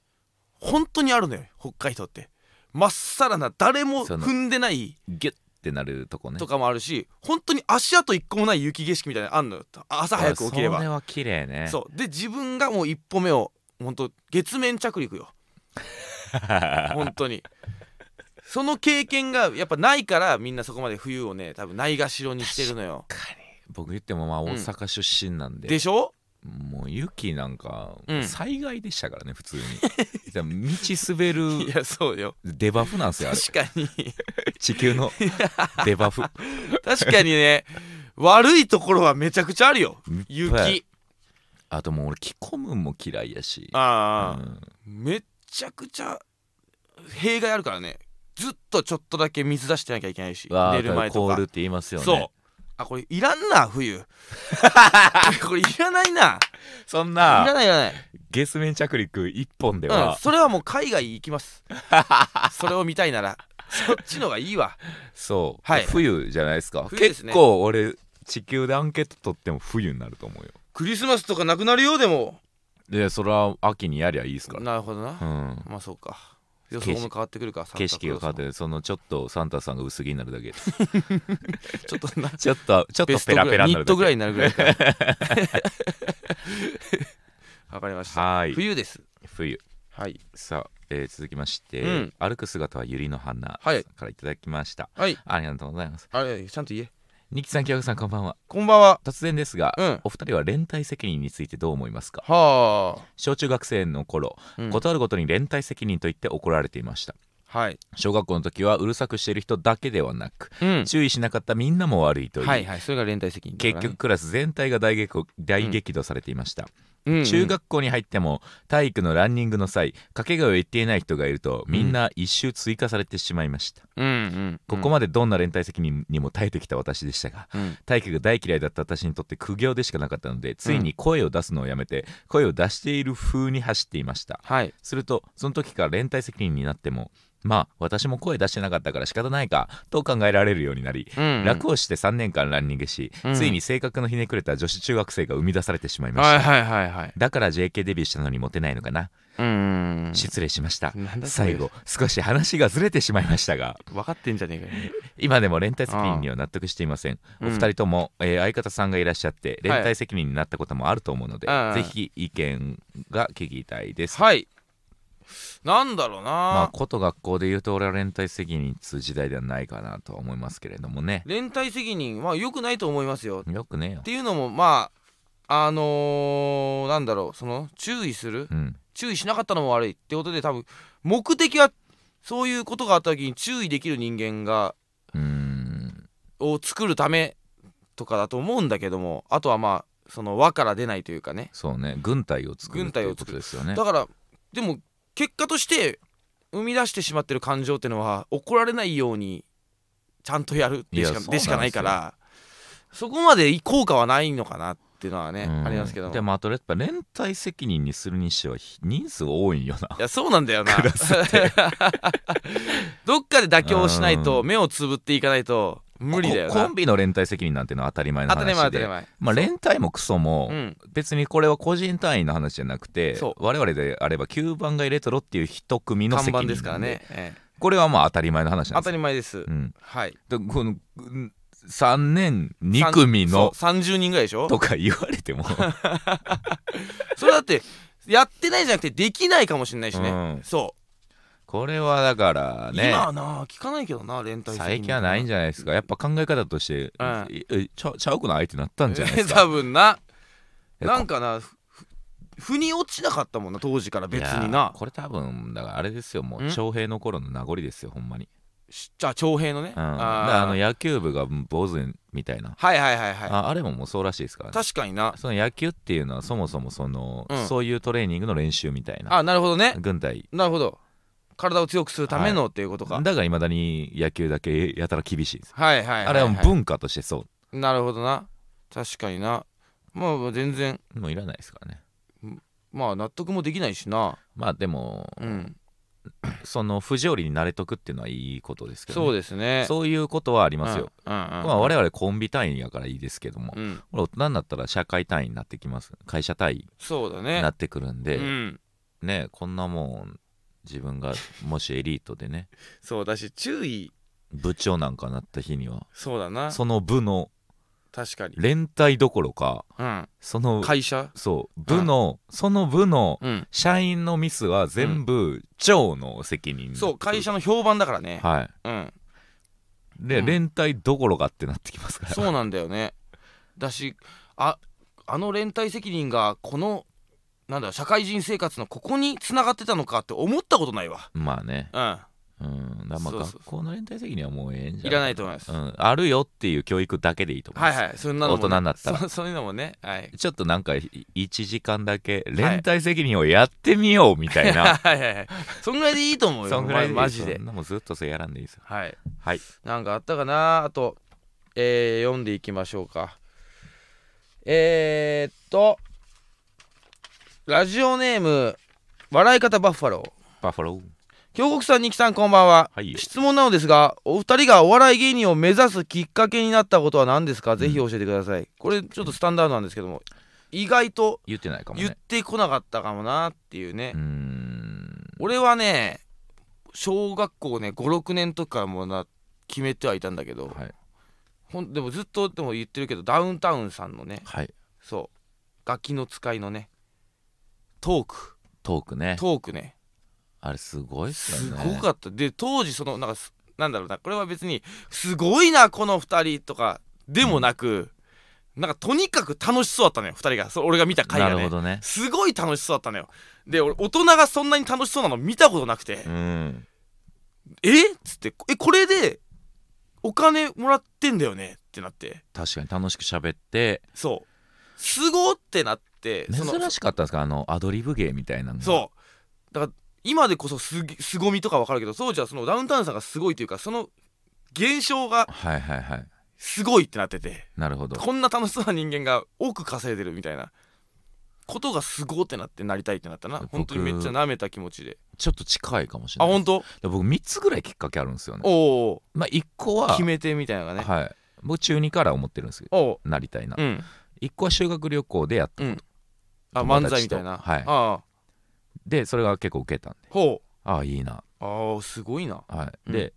Speaker 2: 本当にあるのよ北海道ってまっさらな誰も
Speaker 1: その
Speaker 2: 踏んでない
Speaker 1: ギュッてなるとこね
Speaker 2: とかもあるし本当に足跡一個もない雪景色みたいなのあんのよ朝早く起きれば
Speaker 1: あそれは綺麗ね
Speaker 2: そうで自分がもう一歩目を本当月面着陸
Speaker 1: [LAUGHS]
Speaker 2: よ本当にその経験がやっぱないからみんなそこまで冬をね多分ないがしろにしてるのよ
Speaker 1: 僕言ってもまあ
Speaker 2: ん
Speaker 1: 大阪出身なんで、
Speaker 2: でしょ
Speaker 1: もう雪なんか
Speaker 2: うん
Speaker 1: 災害でしたからね、普通
Speaker 2: [LAUGHS]
Speaker 1: にだから道滑る
Speaker 2: いやそうよ
Speaker 1: デバフなんですよあれ
Speaker 2: 確かに
Speaker 1: 地球のデバフ
Speaker 2: 確かにね悪いところはめちゃくちゃあるよ
Speaker 1: いっ
Speaker 2: 雪
Speaker 1: ぱいあともう俺着込むんも嫌いやし
Speaker 2: あ
Speaker 1: う
Speaker 2: あ、
Speaker 1: ん
Speaker 2: めっちゃくちゃ弊害あるからねずっとちょっとだけ水出してなきゃいけないし
Speaker 1: わあ
Speaker 2: 寝る前と
Speaker 1: 凍
Speaker 2: か
Speaker 1: るって言いますよね
Speaker 2: そうあこれいらん
Speaker 1: [LAUGHS]
Speaker 2: な冬これいらないない
Speaker 1: そん
Speaker 2: ら
Speaker 1: な
Speaker 2: ないいらない、
Speaker 1: 月面着陸一本で
Speaker 2: うん
Speaker 1: は、、
Speaker 2: それはもう海外行きますそれを見たいならそっちのがいいわ
Speaker 1: そう、
Speaker 2: はい
Speaker 1: 冬じゃないですか
Speaker 2: 冬ですね
Speaker 1: 結構俺地球でアンケート取っても冬になると思うよ
Speaker 2: クリスマスとかなくなるようでも
Speaker 1: でそれは秋にやりゃいいですから、
Speaker 2: なるほどな、
Speaker 1: うん、
Speaker 2: まあそうか予
Speaker 1: 景色
Speaker 2: 想も変わってくるか
Speaker 1: 景色が変わって
Speaker 2: る
Speaker 1: そのちょっとサンタさんが薄着になるだけ
Speaker 2: [LAUGHS]
Speaker 1: です
Speaker 2: ちょっとな
Speaker 1: ちょっとちょっ
Speaker 2: ベ
Speaker 1: と
Speaker 2: スト
Speaker 1: ペ
Speaker 2: ぐ
Speaker 1: ラ
Speaker 2: ら
Speaker 1: ペ
Speaker 2: い
Speaker 1: ラに
Speaker 2: ニ
Speaker 1: な
Speaker 2: ッ
Speaker 1: る
Speaker 2: ト
Speaker 1: だ
Speaker 2: ぐら
Speaker 1: け
Speaker 2: いになるぐらいから [LAUGHS] わかりました
Speaker 1: はい
Speaker 2: 冬です
Speaker 1: 冬
Speaker 2: はい
Speaker 1: さあ、えー続きまして、
Speaker 2: うん
Speaker 1: 歩く姿は百合の花さ
Speaker 2: は
Speaker 1: ん
Speaker 2: い
Speaker 1: からいただきました、
Speaker 2: はい
Speaker 1: ありがとうございます
Speaker 2: あれちゃんと言え
Speaker 1: ニキさんキャグさんこんばんは
Speaker 2: こんばんは
Speaker 1: 突然ですが、
Speaker 2: うん
Speaker 1: お二人は連帯責任についてどう思いますか
Speaker 2: は
Speaker 1: 小中学生の頃、
Speaker 2: あ、うん
Speaker 1: ことあるごとに連帯責任と言って怒られていました
Speaker 2: はい、
Speaker 1: 小学校の時はうるさくしている人だけではなく
Speaker 2: うん、
Speaker 1: 注意しなかったみんなも悪いという、
Speaker 2: はいはいそれが連帯責任だから
Speaker 1: 結
Speaker 2: ね
Speaker 1: 局、クラス全体が大激怒大激怒されていました、
Speaker 2: うんうん
Speaker 1: 中学校に入っても体育のランニングの際掛け声を言っていない人がいるとみんな一周追加されてしまいました、
Speaker 2: うんうん
Speaker 1: ここまでどんな連帯責任にも耐えてきた私でしたが
Speaker 2: うん
Speaker 1: 体育が大嫌いだった私にとって苦行でしかなかったのでついに声を出すのをやめて声を出している風に走っていました
Speaker 2: はい
Speaker 1: するとその時から連帯責任になってもまあ私も声出してなかったから仕方ないかと考えられるようになり
Speaker 2: うん
Speaker 1: 楽をして3年間ランニングし、
Speaker 2: うん
Speaker 1: ついに性格のひねくれた女子中学生が生み出されてしまいました、
Speaker 2: はいはいはいはい
Speaker 1: だから JK デビューしたのにモテないのかな、
Speaker 2: うんうんうん
Speaker 1: 失礼しました
Speaker 2: なんだそれ
Speaker 1: 最後少し話がずれてしまいましたが
Speaker 2: 分かってんじゃねえか
Speaker 1: [LAUGHS]
Speaker 2: よ
Speaker 1: 今でも連帯責任には納得していません
Speaker 2: うん
Speaker 1: お二人とも、えー相方さんがいらっしゃって
Speaker 2: はい
Speaker 1: 連帯責任になったこともあると思うので、
Speaker 2: うんうん
Speaker 1: ぜひ意見が聞きたいです、
Speaker 2: はいなんだろうな、
Speaker 1: まあこと学校で言うと俺は連帯責任っつう時代ではないかなとは思いますけれどもね
Speaker 2: 連帯責任は良くないと思いますよ
Speaker 1: よくねえよ
Speaker 2: っ、ていうのもまああのーなんだろうその注意する
Speaker 1: うん、
Speaker 2: 注意しなかったのも悪いってことで多分目的はそういうことがあった時に注意できる人間が
Speaker 1: うーん
Speaker 2: を作るためとかだと思うんだけどもあとはまあその輪から出ないというかね
Speaker 1: そうね軍隊を作るっ
Speaker 2: 軍
Speaker 1: て
Speaker 2: 隊
Speaker 1: い
Speaker 2: を
Speaker 1: うこ
Speaker 2: 作
Speaker 1: と
Speaker 2: る
Speaker 1: ですよね
Speaker 2: だからでも結果として生み出してしまってる感情ってのは怒られないようにちゃんとやるでし
Speaker 1: いや
Speaker 2: か
Speaker 1: そうなんですよ
Speaker 2: でしかないからそこまで効果はないのかなっていうのはね
Speaker 1: うん
Speaker 2: ありますけども
Speaker 1: でもあとやっぱ連帯責任にするにしては人数多いんよない
Speaker 2: やそうなんだよなどっかで妥協しないと目をつぶっていかないと無理だよ
Speaker 1: ココ
Speaker 2: な
Speaker 1: ンビの連帯責任なんてのは当たり前の
Speaker 2: 当た
Speaker 1: 話で
Speaker 2: り前当たり前
Speaker 1: まあ、連帯もクソも、
Speaker 2: うん
Speaker 1: 別にこれは個人単位の話じゃなくて
Speaker 2: そう
Speaker 1: 我々であれば9番街レトロっていう一組の
Speaker 2: 看
Speaker 1: 責任
Speaker 2: 板
Speaker 1: なん
Speaker 2: ですからね、ええ
Speaker 1: これはまあ当たり前の話なんです
Speaker 2: 当た
Speaker 1: よ
Speaker 2: り前です、
Speaker 1: うん
Speaker 2: はい
Speaker 1: でこのうん3年2組の
Speaker 2: さんそう30人ぐらいでしょ
Speaker 1: とか言われても
Speaker 2: それだってやってないじゃなくてできないかもしれないしね、
Speaker 1: うん
Speaker 2: そ
Speaker 1: これはだから
Speaker 2: う、
Speaker 1: ね
Speaker 2: 今はな聞かないけどな連帯責任
Speaker 1: 最近はないん
Speaker 2: じ
Speaker 1: じゃないですかやっぱ考え方として、
Speaker 2: うん
Speaker 1: ええちゃちゃうくないってなったんじゃないです
Speaker 2: [LAUGHS]
Speaker 1: か
Speaker 2: 多分な
Speaker 1: え
Speaker 2: なんかなふふ腑に落ちなかったもんな当時から別に
Speaker 1: いや
Speaker 2: な
Speaker 1: これ多分だからあれですよもうん徴兵の頃の名残ですよほんまに、
Speaker 2: しじゃあ徴兵のね、
Speaker 1: うん、だから
Speaker 2: あ
Speaker 1: あの
Speaker 2: ー
Speaker 1: 野球部が坊主みたいな
Speaker 2: はいはいはいはい
Speaker 1: ああれももうそうらしいですからね
Speaker 2: 確かにな
Speaker 1: その野球っていうのはそもそもその、
Speaker 2: うん
Speaker 1: そういうトレーニングの練習みたいな
Speaker 2: あなるほどね
Speaker 1: 軍隊
Speaker 2: なるほど体を強くするためのっていうことか、はい、
Speaker 1: だからいまだに野球だけやたら厳しいんですよ、
Speaker 2: はいはい
Speaker 1: あれはもう文化としてそ
Speaker 2: なるほどな確かになまあまあ全然
Speaker 1: うもういらないですからね
Speaker 2: まあ納得もできないしな
Speaker 1: まあでも、
Speaker 2: うん
Speaker 1: その不条理に慣れとくっていうのはいいことですけど、ね、
Speaker 2: そうですねう
Speaker 1: そういうことはありますよ、
Speaker 2: ん、うんうん
Speaker 1: まあ、我々コンビ単位やからいいですけども、
Speaker 2: うん、
Speaker 1: これ大人になったら社会単位になってきます会社単位
Speaker 2: そうだ
Speaker 1: に
Speaker 2: ね
Speaker 1: なってくるんで、
Speaker 2: うん、
Speaker 1: ねこんなもん自分がもしエリートでね
Speaker 2: そうだし注意
Speaker 1: 部長なんかなった日には
Speaker 2: そうだな
Speaker 1: その部の
Speaker 2: 確かに、
Speaker 1: 連帯どころか
Speaker 2: うん、
Speaker 1: その
Speaker 2: 会社
Speaker 1: そう部のその部の
Speaker 2: うん
Speaker 1: 社員のミスは全部長の責任
Speaker 2: そう会社の評判だからね、
Speaker 1: はい
Speaker 2: うん
Speaker 1: で、
Speaker 2: うん
Speaker 1: 連帯どころかってなってきます [LAUGHS] から
Speaker 2: そうなんだよねだしああの連帯責任がこのなんだろう社会人生活のここに繋がってたのかって思ったことないわ
Speaker 1: まあね
Speaker 2: うん
Speaker 1: うんだからまあ
Speaker 2: そうそう
Speaker 1: 学校の連帯責任はもうええんじゃ
Speaker 2: いらないと思います、
Speaker 1: うん、あるよっていう教育だけでいいと思いま
Speaker 2: はい
Speaker 1: す、
Speaker 2: はいそんなのも、ね、
Speaker 1: 大人になったら
Speaker 2: そそういうのもねはい
Speaker 1: ちょっとなんか1時間だけ連帯責任をやってみようみたいな、
Speaker 2: [LAUGHS] はいはいはいそんぐらいでいい
Speaker 1: [LAUGHS]
Speaker 2: と思うよ
Speaker 1: そんぐらいでいい
Speaker 2: マジで
Speaker 1: そんなもんずっとそれやらんでいいですよ
Speaker 2: はい
Speaker 1: はい
Speaker 2: なんかあったかなあとえー読んでいきましょうかえー、っとラジオネーム笑い方バッファロー
Speaker 1: バッファロー
Speaker 2: 京極さん、二木さん、こんばんは、
Speaker 1: はい
Speaker 2: 質問なのですが、お二人がお笑い芸人を目指すきっかけになったことは何ですか、ぜひ教えてください。これ、ちょっとスタンダードなんですけども、意外と
Speaker 1: 言ってないかも
Speaker 2: 言っ
Speaker 1: ね
Speaker 2: てこなかったかもなっていうね
Speaker 1: うー。ん
Speaker 2: 俺はね、小学校ね、5、6年の時からもうな決めてはいたんだけど、
Speaker 1: はい
Speaker 2: ほんでもずっとでも言ってるけど、ダウンタウンさんのね、
Speaker 1: はい
Speaker 2: そう、楽器の使いのね、トーク、
Speaker 1: トークね
Speaker 2: トークね。
Speaker 1: あれすごいっす
Speaker 2: す
Speaker 1: よね
Speaker 2: ごかったで当時そのなんかすなんだろうなこれは別にすごいなこの2人とかでもなく、なんかとにかく楽しそうだったのよ2人がそう俺が見た回
Speaker 1: な
Speaker 2: が
Speaker 1: るほ
Speaker 2: ね
Speaker 1: どね
Speaker 2: すごい楽しそうだったのよで俺大人がそんなに楽しそうなの見たことなくて、
Speaker 1: うん
Speaker 2: えっつってえこれでお金もらってんだよねってなって
Speaker 1: 確かに楽しく喋って
Speaker 2: そうすごってなってその
Speaker 1: 珍しかったんですかあのアドリブ芸みたいなの
Speaker 2: そうだから今でこそすぎ凄みとかわかるけど当時はそのダウンタウンさんがすごいというかその現象が
Speaker 1: はいはいはい
Speaker 2: すごいってなってて
Speaker 1: なるほど
Speaker 2: こんな楽しそうな人間が多く稼いでるみたいなことがすごってなってなりたいってなったな
Speaker 1: 僕
Speaker 2: 本当にめっちゃ舐めた気持ちで
Speaker 1: ちょっと近いかもしれ
Speaker 2: あ
Speaker 1: ない
Speaker 2: 本当
Speaker 1: で僕3つぐらいきっかけあるんですよね
Speaker 2: おう
Speaker 1: まあ1個
Speaker 2: おう
Speaker 1: は
Speaker 2: 決め手みたいなのがね、
Speaker 1: はい僕中2から思ってるんですけど
Speaker 2: おう
Speaker 1: なりたいな、
Speaker 2: うん
Speaker 1: 一1個は修学旅行でやった
Speaker 2: うんあ
Speaker 1: 友達と
Speaker 2: 漫才みたいな、
Speaker 1: はい
Speaker 2: ああ
Speaker 1: でそれが結構受けたんで
Speaker 2: ほう
Speaker 1: ああいいな
Speaker 2: ああすごいな
Speaker 1: はい、
Speaker 2: うん
Speaker 1: で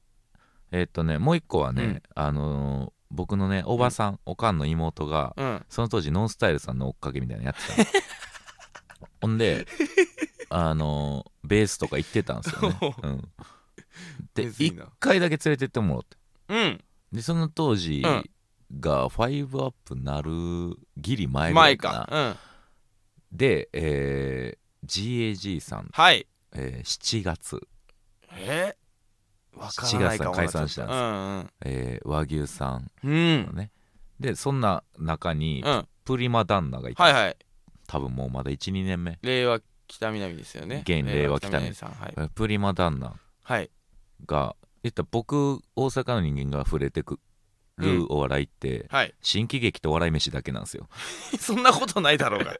Speaker 1: えーっとねもう1個はね、
Speaker 2: うん
Speaker 1: あのー僕のねおばさん、おかんの妹が、
Speaker 2: うん
Speaker 1: その当時ノンスタイルさんの追っかけみたいなのやってたの
Speaker 2: [LAUGHS]
Speaker 1: ほんであのーベースとか行ってたんですよね、うん、で
Speaker 2: むずい
Speaker 1: 1
Speaker 2: な
Speaker 1: 回だけ連れてってもらって
Speaker 2: うん
Speaker 1: でその当時
Speaker 2: うん
Speaker 1: がファイブアップなるギリ前ぐら
Speaker 2: 前
Speaker 1: いかな
Speaker 2: かうん
Speaker 1: で、えー GAG さん、
Speaker 2: はい
Speaker 1: えー7月、
Speaker 2: えわからないかもな
Speaker 1: 7月さん解散したんです
Speaker 2: う
Speaker 1: えー和牛さん
Speaker 2: んうん
Speaker 1: のね、でそんな中に
Speaker 2: うん、うん、
Speaker 1: プリマ旦那がいて、
Speaker 2: はいはい
Speaker 1: 多分もうまだ12年目
Speaker 2: 令和北南ですよね
Speaker 1: 現令和北南
Speaker 2: さんはい
Speaker 1: え、ープリマ旦那
Speaker 2: はい、
Speaker 1: が言ったら僕大阪の人間が触れてく
Speaker 2: うん
Speaker 1: るお笑いって、
Speaker 2: はい、
Speaker 1: 新喜劇とお笑い飯だけなん
Speaker 2: [LAUGHS]
Speaker 1: ですよ
Speaker 2: そんなことないだろう
Speaker 1: [LAUGHS]
Speaker 2: が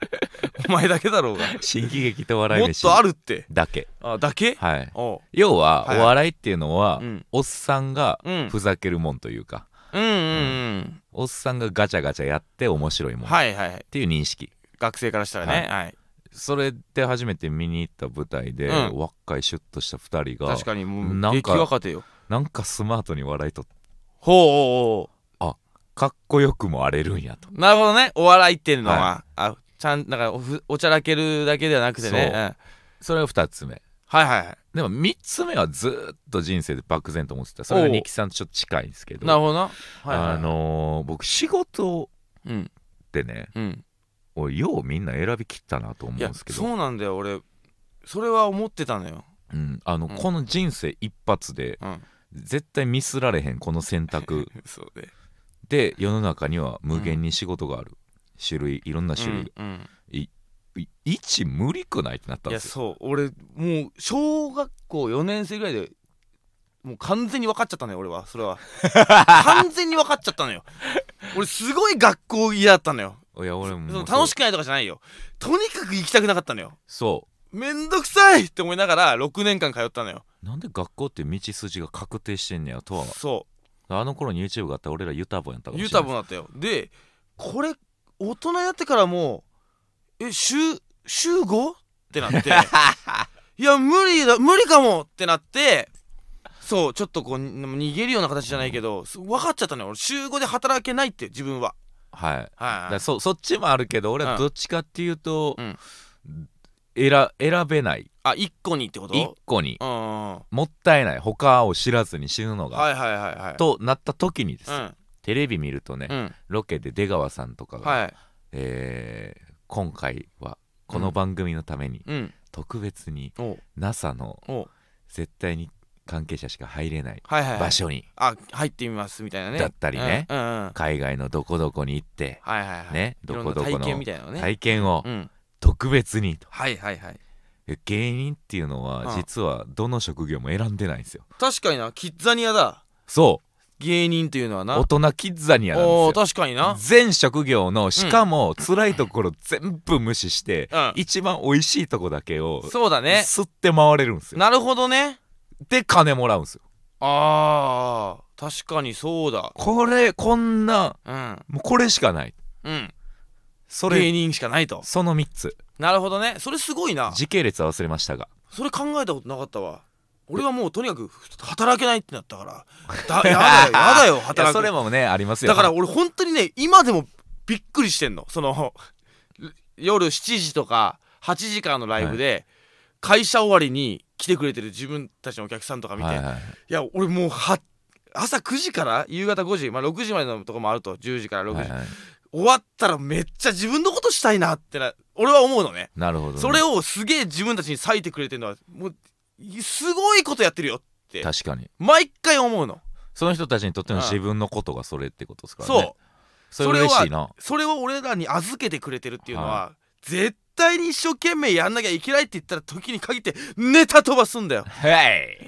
Speaker 2: お前だけだろうが
Speaker 1: 新喜劇とお笑い
Speaker 2: もっ
Speaker 1: 飯
Speaker 2: とあるって
Speaker 1: だけ
Speaker 2: あだけ
Speaker 1: はい
Speaker 2: おう
Speaker 1: 要は、
Speaker 2: はい
Speaker 1: お笑いっていうのは、
Speaker 2: うん
Speaker 1: おっさんが
Speaker 2: うん
Speaker 1: ふざけるもんというか、
Speaker 2: うんうん
Speaker 1: おっさんがガチャガチャやって面白いも
Speaker 2: うんん
Speaker 1: っ
Speaker 2: はいはいはい
Speaker 1: ていう認識、
Speaker 2: 学生からしたらねはい、
Speaker 1: それで初めて見に行った舞台で、
Speaker 2: うん
Speaker 1: 若いシュッとした2人が
Speaker 2: 確かにも
Speaker 1: な
Speaker 2: うん激
Speaker 1: か
Speaker 2: 若手よ
Speaker 1: なんかスマートに笑いと
Speaker 2: ほうほうほ
Speaker 1: かっこよくも荒れるんやと
Speaker 2: うなるほどねお笑いっていうのは、
Speaker 1: は
Speaker 2: あちゃんなんかおふおちゃらけるだけではなくてね、
Speaker 1: そうん
Speaker 2: はい
Speaker 1: それは2つ目
Speaker 2: はいは
Speaker 1: でも3つ目はずーっと人生で漠然と思ってたそれが
Speaker 2: おう
Speaker 1: 二木さんとちょっと近いんですけ
Speaker 2: い
Speaker 1: ど
Speaker 2: なるほどなはいはいは
Speaker 1: あ
Speaker 2: い
Speaker 1: のー僕仕事
Speaker 2: うん
Speaker 1: ってね
Speaker 2: うん
Speaker 1: 俺ようみんな選びきったなと思うん
Speaker 2: いや
Speaker 1: ですけ
Speaker 2: そ
Speaker 1: ど、
Speaker 2: うなんだよ俺それは思ってたのよ
Speaker 1: うんあの
Speaker 2: うん
Speaker 1: この人生一発で
Speaker 2: うん
Speaker 1: 絶対ミスられへんこの選択
Speaker 2: そうで
Speaker 1: で
Speaker 2: [LAUGHS]
Speaker 1: 世の中には無限に仕事がある、種類いろんな種類、
Speaker 2: うんうん
Speaker 1: い一無理くないってなったん
Speaker 2: いや
Speaker 1: ですよ
Speaker 2: そう俺もう小学校4年生ぐらいでもう完全に分かっちゃったのよ俺はそ
Speaker 1: [LAUGHS]
Speaker 2: れは完全に分かっちゃったのよ俺すごい学校嫌だったのよ
Speaker 1: いや俺
Speaker 2: そ
Speaker 1: も
Speaker 2: の楽し
Speaker 1: く
Speaker 2: くないとかじゃないよとにかく行きたくなかったのよ
Speaker 1: そ
Speaker 2: めんどくさいって思いながら6年間通ったのよ
Speaker 1: うなんで学校って道筋が確定してんねやとは
Speaker 2: そ
Speaker 1: あの頃に YouTube があったら俺らユタボンやった
Speaker 2: う
Speaker 1: かも
Speaker 2: ユ
Speaker 1: しれ
Speaker 2: タ
Speaker 1: な
Speaker 2: ボ
Speaker 1: い
Speaker 2: ンだったよでこれ大人やってからもうえ週週 5? ってなっ
Speaker 1: [LAUGHS]
Speaker 2: ていや無理だ無理かもってなってそうちょっとこうに逃げるような形じゃないけどす分かっちゃったのよ俺週5で働けないって自分は
Speaker 1: はいだか
Speaker 2: はいは
Speaker 1: ら
Speaker 2: い
Speaker 1: そそっちもあるけど俺
Speaker 2: う
Speaker 1: は
Speaker 2: ん
Speaker 1: どっちかっていうと、
Speaker 2: うん
Speaker 1: 選選べない
Speaker 2: あ一個にってこと
Speaker 1: 一個に
Speaker 2: うんうんうん
Speaker 1: もったいない他を知らずに死ぬのが、
Speaker 2: はいはいはいはい
Speaker 1: となった時にです
Speaker 2: う
Speaker 1: よ、
Speaker 2: ん
Speaker 1: テレビ見るとね、
Speaker 2: うん
Speaker 1: ロケで出川さんとかが、
Speaker 2: はい
Speaker 1: えー今回はこの番組のために
Speaker 2: うん
Speaker 1: 特別に
Speaker 2: おう
Speaker 1: NASA の
Speaker 2: おう
Speaker 1: 絶対に関係者しか入れない
Speaker 2: はいはいは
Speaker 1: 場
Speaker 2: い
Speaker 1: 所に
Speaker 2: あ入ってみますみたいなね
Speaker 1: だったりね
Speaker 2: うんうんうんはい
Speaker 1: 海外のどこどこに行って
Speaker 2: はいはい
Speaker 1: ね
Speaker 2: い
Speaker 1: ど
Speaker 2: ろんな
Speaker 1: こどこ
Speaker 2: 体験
Speaker 1: の
Speaker 2: みたいなのね
Speaker 1: 体験を
Speaker 2: うん
Speaker 1: 特別にと
Speaker 2: はいはいはい
Speaker 1: 芸人っていうの
Speaker 2: う
Speaker 1: は
Speaker 2: ん
Speaker 1: 実はどの職業も選んでないんですよ
Speaker 2: 確かになキッザニアだ
Speaker 1: そ
Speaker 2: 芸人っていうのはな
Speaker 1: 大人キッザニアなん
Speaker 2: おー
Speaker 1: ですよ
Speaker 2: 確かにな
Speaker 1: 全職業のしかも辛いところ全部無視して、
Speaker 2: うん
Speaker 1: 一番美味しいとこだけを
Speaker 2: そうだね
Speaker 1: 吸って回れるんですよ
Speaker 2: なるほどね
Speaker 1: で金もらうんですよ
Speaker 2: あー確かにそうだ
Speaker 1: これこんな
Speaker 2: うん
Speaker 1: もうこれしかない
Speaker 2: うん
Speaker 1: そ
Speaker 2: 芸
Speaker 1: れ
Speaker 2: 人しかないと
Speaker 1: その3つ
Speaker 2: なるほどねそれすごいな
Speaker 1: 時系列は忘れましたが
Speaker 2: それ考えたことなかったわ俺はもうとにかく働けないってなっ
Speaker 1: [LAUGHS]
Speaker 2: たからだやだよやだよ
Speaker 1: いや
Speaker 2: 働
Speaker 1: それ
Speaker 2: く
Speaker 1: もねありますよ
Speaker 2: だから俺本当にね今でもびっくりしてんのその夜7時とか8時からのライブで、会社終わりに来てくれてる自分たちのお客さんとか見て、
Speaker 1: はい
Speaker 2: い、
Speaker 1: はいはい
Speaker 2: や俺もうは朝9時から夕方5時、まあ、6時までのとこもあると10時から6時、
Speaker 1: はいはい
Speaker 2: 終わったらめっちゃ自分のことしたいなってな俺は思うのね
Speaker 1: なるほどね
Speaker 2: それをすげえ自分たちに割いてくれてるのはもうすごいことやってるよって
Speaker 1: 確かに
Speaker 2: 毎回思うの
Speaker 1: その人たちにとっての
Speaker 2: うん
Speaker 1: 自分のことがそれってことですからね
Speaker 2: そう
Speaker 1: それ嬉しいな
Speaker 2: それを俺らに預けてくれてるっていうのは、絶対に一生懸命やんなきゃいけないって言ったら時に限ってネタ飛ばすん
Speaker 1: [LAUGHS]
Speaker 2: だよ
Speaker 1: はい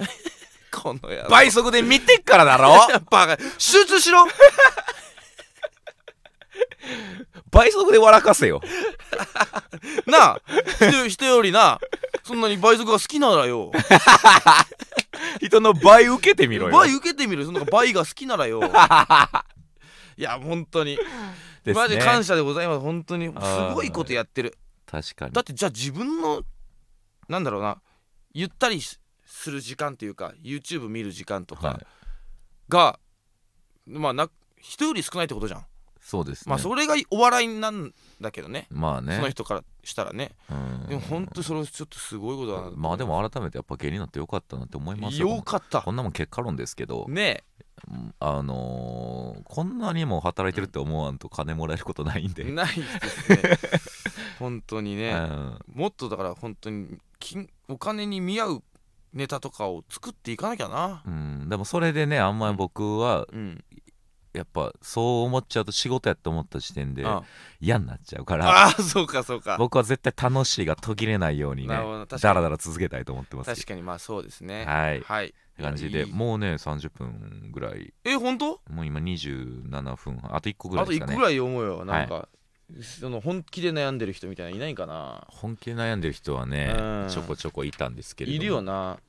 Speaker 2: この野郎
Speaker 1: 倍速で見てっからだろ
Speaker 2: バカ集中しろ
Speaker 1: [LAUGHS] 倍速で笑かせよ
Speaker 2: なあ人人よりなそんなに倍速が好きなら
Speaker 1: [LAUGHS]
Speaker 2: よ
Speaker 1: 人の倍受けてみろよ
Speaker 2: 倍受けてみるそんな倍が好きな
Speaker 1: [LAUGHS]
Speaker 2: らよいや本当に、
Speaker 1: ですね
Speaker 2: マジ感謝でございます本当にす
Speaker 1: ー
Speaker 2: ごいことやってる
Speaker 1: 確かに
Speaker 2: だってじゃあ自分のなんだろうなゆったりしする時間っていうか YouTube 見る時間と
Speaker 1: は
Speaker 2: か
Speaker 1: い
Speaker 2: が、まあな人より少ないってことじゃん、
Speaker 1: そうですね
Speaker 2: まあそれがお笑いなんだけどね
Speaker 1: まあ
Speaker 2: その
Speaker 1: ね
Speaker 2: 人からしたらね、
Speaker 1: うん
Speaker 2: でもほんとそれちょっとすごいことだな
Speaker 1: まあでも改めてやっぱ芸人になってよかったなって思います
Speaker 2: よかった
Speaker 1: こんなもん結果論ですけど、
Speaker 2: ね
Speaker 1: うんあのーこんなにも働いてるって思わんと金もらえることないんで、
Speaker 2: えないで
Speaker 1: [LAUGHS]
Speaker 2: すね本当に
Speaker 1: う
Speaker 2: ね、
Speaker 1: ん
Speaker 2: もっとだから本当に金お金に見合うネタとかを作っていかなきゃな
Speaker 1: うん、でもそれでねあんまり僕は
Speaker 2: うん
Speaker 1: やっぱそう思っちゃうと仕事やと思った時点で
Speaker 2: あ
Speaker 1: 嫌になっちゃうから
Speaker 2: あーそうかそうか
Speaker 1: 僕は絶対楽しいが途切れないようにね
Speaker 2: なるほど確かに
Speaker 1: だらだら続けたいと思ってます
Speaker 2: 確かにまあそうですね
Speaker 1: はい
Speaker 2: はい
Speaker 1: って感じで
Speaker 2: いい
Speaker 1: もうね30分ぐらい
Speaker 2: え本当
Speaker 1: もう今27分あと1個ぐら
Speaker 2: あ
Speaker 1: い
Speaker 2: と
Speaker 1: です
Speaker 2: 一
Speaker 1: か
Speaker 2: 個
Speaker 1: ね
Speaker 2: ぐらい思うよなんか、その本気で悩んでる人みたいないないかな
Speaker 1: 本気で悩んでる人はね
Speaker 2: うん
Speaker 1: ちょこちょこいたんですけれども
Speaker 2: いるよな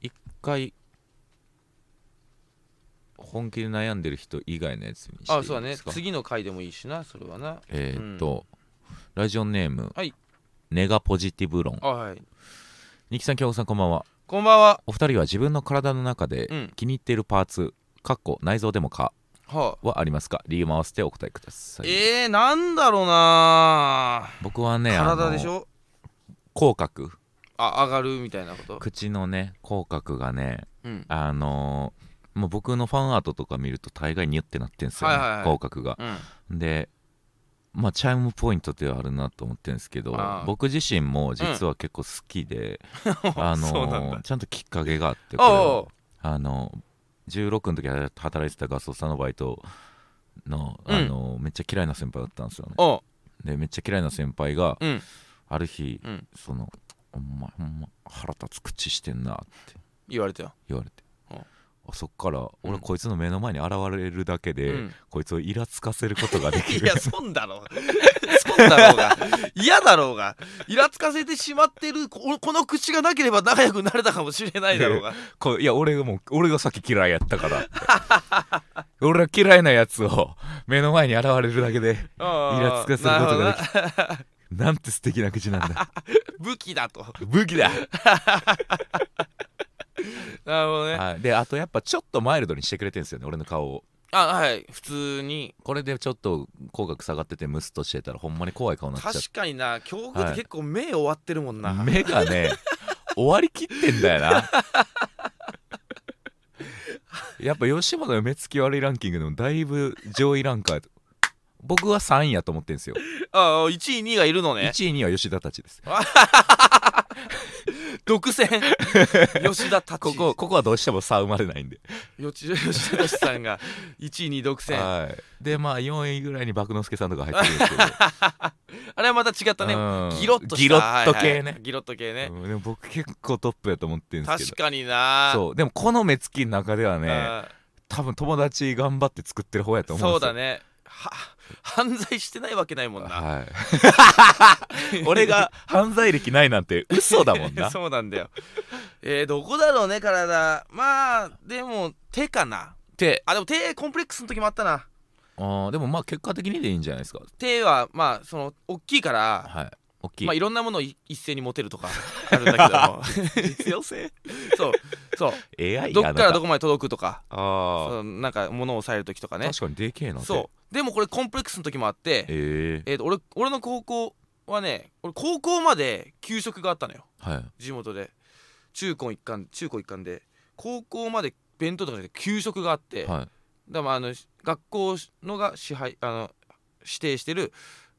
Speaker 1: 一回本気で悩んでる人以外のやつにしていい
Speaker 2: あそうだ
Speaker 1: で
Speaker 2: ね
Speaker 1: すか
Speaker 2: 次の回でもいいしなそれはな
Speaker 1: えーっと、ラジオネーム、
Speaker 2: はい
Speaker 1: ネガポジティブ論
Speaker 2: あはい
Speaker 1: 二木さん京子さんこんばんは
Speaker 2: こんばんは
Speaker 1: お二人は自分の体の中で
Speaker 2: うん
Speaker 1: 気に入っているパーツ、かっこ内臓でもか
Speaker 2: はあ
Speaker 1: はありますか理由も合わせてお答えください
Speaker 2: えー、なんだろうな
Speaker 1: 僕はねあの
Speaker 2: 体でしょ
Speaker 1: 口角
Speaker 2: あ上がるみたいなこと
Speaker 1: 口のね口角がね
Speaker 2: うん
Speaker 1: あのーもう僕のファンアートとか見ると大概ニュってなってんすよ、ね
Speaker 2: はいはいはい
Speaker 1: 口角が
Speaker 2: うん
Speaker 1: でまあチャイムポイントではあるなと思ってるんですけど
Speaker 2: あー
Speaker 1: 僕自身も実は結構好きで、あ
Speaker 2: [LAUGHS] そうな
Speaker 1: の
Speaker 2: んだ
Speaker 1: ちゃんときっかけがあって
Speaker 2: おう
Speaker 1: こ
Speaker 2: お
Speaker 1: れあの16の時働いてたガソさんのバイトの
Speaker 2: うん
Speaker 1: あの、めっちゃ嫌いな先輩だったんですよね
Speaker 2: うお
Speaker 1: でめっちゃ嫌いな先輩が
Speaker 2: ううん
Speaker 1: ある日、
Speaker 2: うん
Speaker 1: その「お前ほんま腹立つ口してんな」って
Speaker 2: 言われたよ
Speaker 1: 言われて、
Speaker 2: うん
Speaker 1: あそっから
Speaker 2: う
Speaker 1: 俺
Speaker 2: ん
Speaker 1: こいつの目の前に現れるだけで、
Speaker 2: うん
Speaker 1: こいつをイラつかせることができ
Speaker 2: [LAUGHS] い
Speaker 1: る
Speaker 2: や損だろう損だろうが嫌だろうがイラつかせてしまってるここの口がなければ仲良くなれたかもしれないだろうが
Speaker 1: こういや俺がもう俺がさっき嫌いやったからって俺が嫌いなやつを目の前に現れるだけでイ
Speaker 2: [LAUGHS] イ
Speaker 1: ラつかせることがで
Speaker 2: きる
Speaker 1: なんて素敵な口なんだ
Speaker 2: [LAUGHS] 武器だと
Speaker 1: 武器だ、
Speaker 2: なるほどね
Speaker 1: はい、であとやっぱちょっとマイルドにしてくれてんすよね俺の顔を
Speaker 2: あはい普通に
Speaker 1: これでちょっと口角下がっててムスっとしてたらほんまに怖い顔になっちゃって
Speaker 2: 確かにな京極っ
Speaker 1: は
Speaker 2: て
Speaker 1: い
Speaker 2: 結構目終わってるもんな、
Speaker 1: 目がね終わりきってんだよ
Speaker 2: [LAUGHS]
Speaker 1: なやっぱ吉本の目つき悪いランキングでもだいぶ上位ランカー僕は3位やと思ってんすよ
Speaker 2: あ1位2位がいるのね
Speaker 1: 1位には吉田たちです
Speaker 2: 独占 [LAUGHS] 吉田達
Speaker 1: ここここはどうしても差生まれないんで、
Speaker 2: よち吉田達さんが1位2位独占あ
Speaker 1: はい、でまあ4位ぐらいに麦之助さんとか入ってるんです
Speaker 2: [LAUGHS]
Speaker 1: け
Speaker 2: れはまた違った
Speaker 1: ど、
Speaker 2: ね
Speaker 1: うん
Speaker 2: ギロッとした
Speaker 1: ギロッと系ね、
Speaker 2: はいはいギロッと系ね、
Speaker 1: うんでも僕結構トップやと思ってんですけ
Speaker 2: 確
Speaker 1: ど
Speaker 2: かにな
Speaker 1: そうでもこの目つきの中ではね
Speaker 2: あー
Speaker 1: 多分友達頑張って作ってる方やと思うん
Speaker 2: そ
Speaker 1: です
Speaker 2: う
Speaker 1: よ
Speaker 2: だねは犯罪してないわけないもんな
Speaker 1: はい
Speaker 2: [LAUGHS]
Speaker 1: 俺が犯罪歴ないなんて嘘だもんな
Speaker 2: そうなんだよえー、どこだろうね体まあでも手かな
Speaker 1: って
Speaker 2: あでも手コンプレックスの時もあったな
Speaker 1: あーでもまあ結果的にでいいんじゃないですか
Speaker 2: 手はまあその大きいから
Speaker 1: はい大きい、
Speaker 2: まあいろんなものをい一斉に持てるとかあるんだ
Speaker 1: [LAUGHS]
Speaker 2: けど
Speaker 1: 実用性
Speaker 2: そうそう
Speaker 1: AI
Speaker 2: どっからど
Speaker 1: こ
Speaker 2: こまで届くとか
Speaker 1: あー
Speaker 2: そのなんか物を押さえる時とかね
Speaker 1: 確かにでけえな
Speaker 2: そうでもこれコンプレックスの時もあってえ
Speaker 1: ええ
Speaker 2: ーと俺俺の高校はね俺高校まで給食があったのよ
Speaker 1: はい
Speaker 2: 地元で中高一貫中高一貫で高校まで弁当とかで給食があって、
Speaker 1: はい
Speaker 2: だからまああのし学校のが支配あの指定してる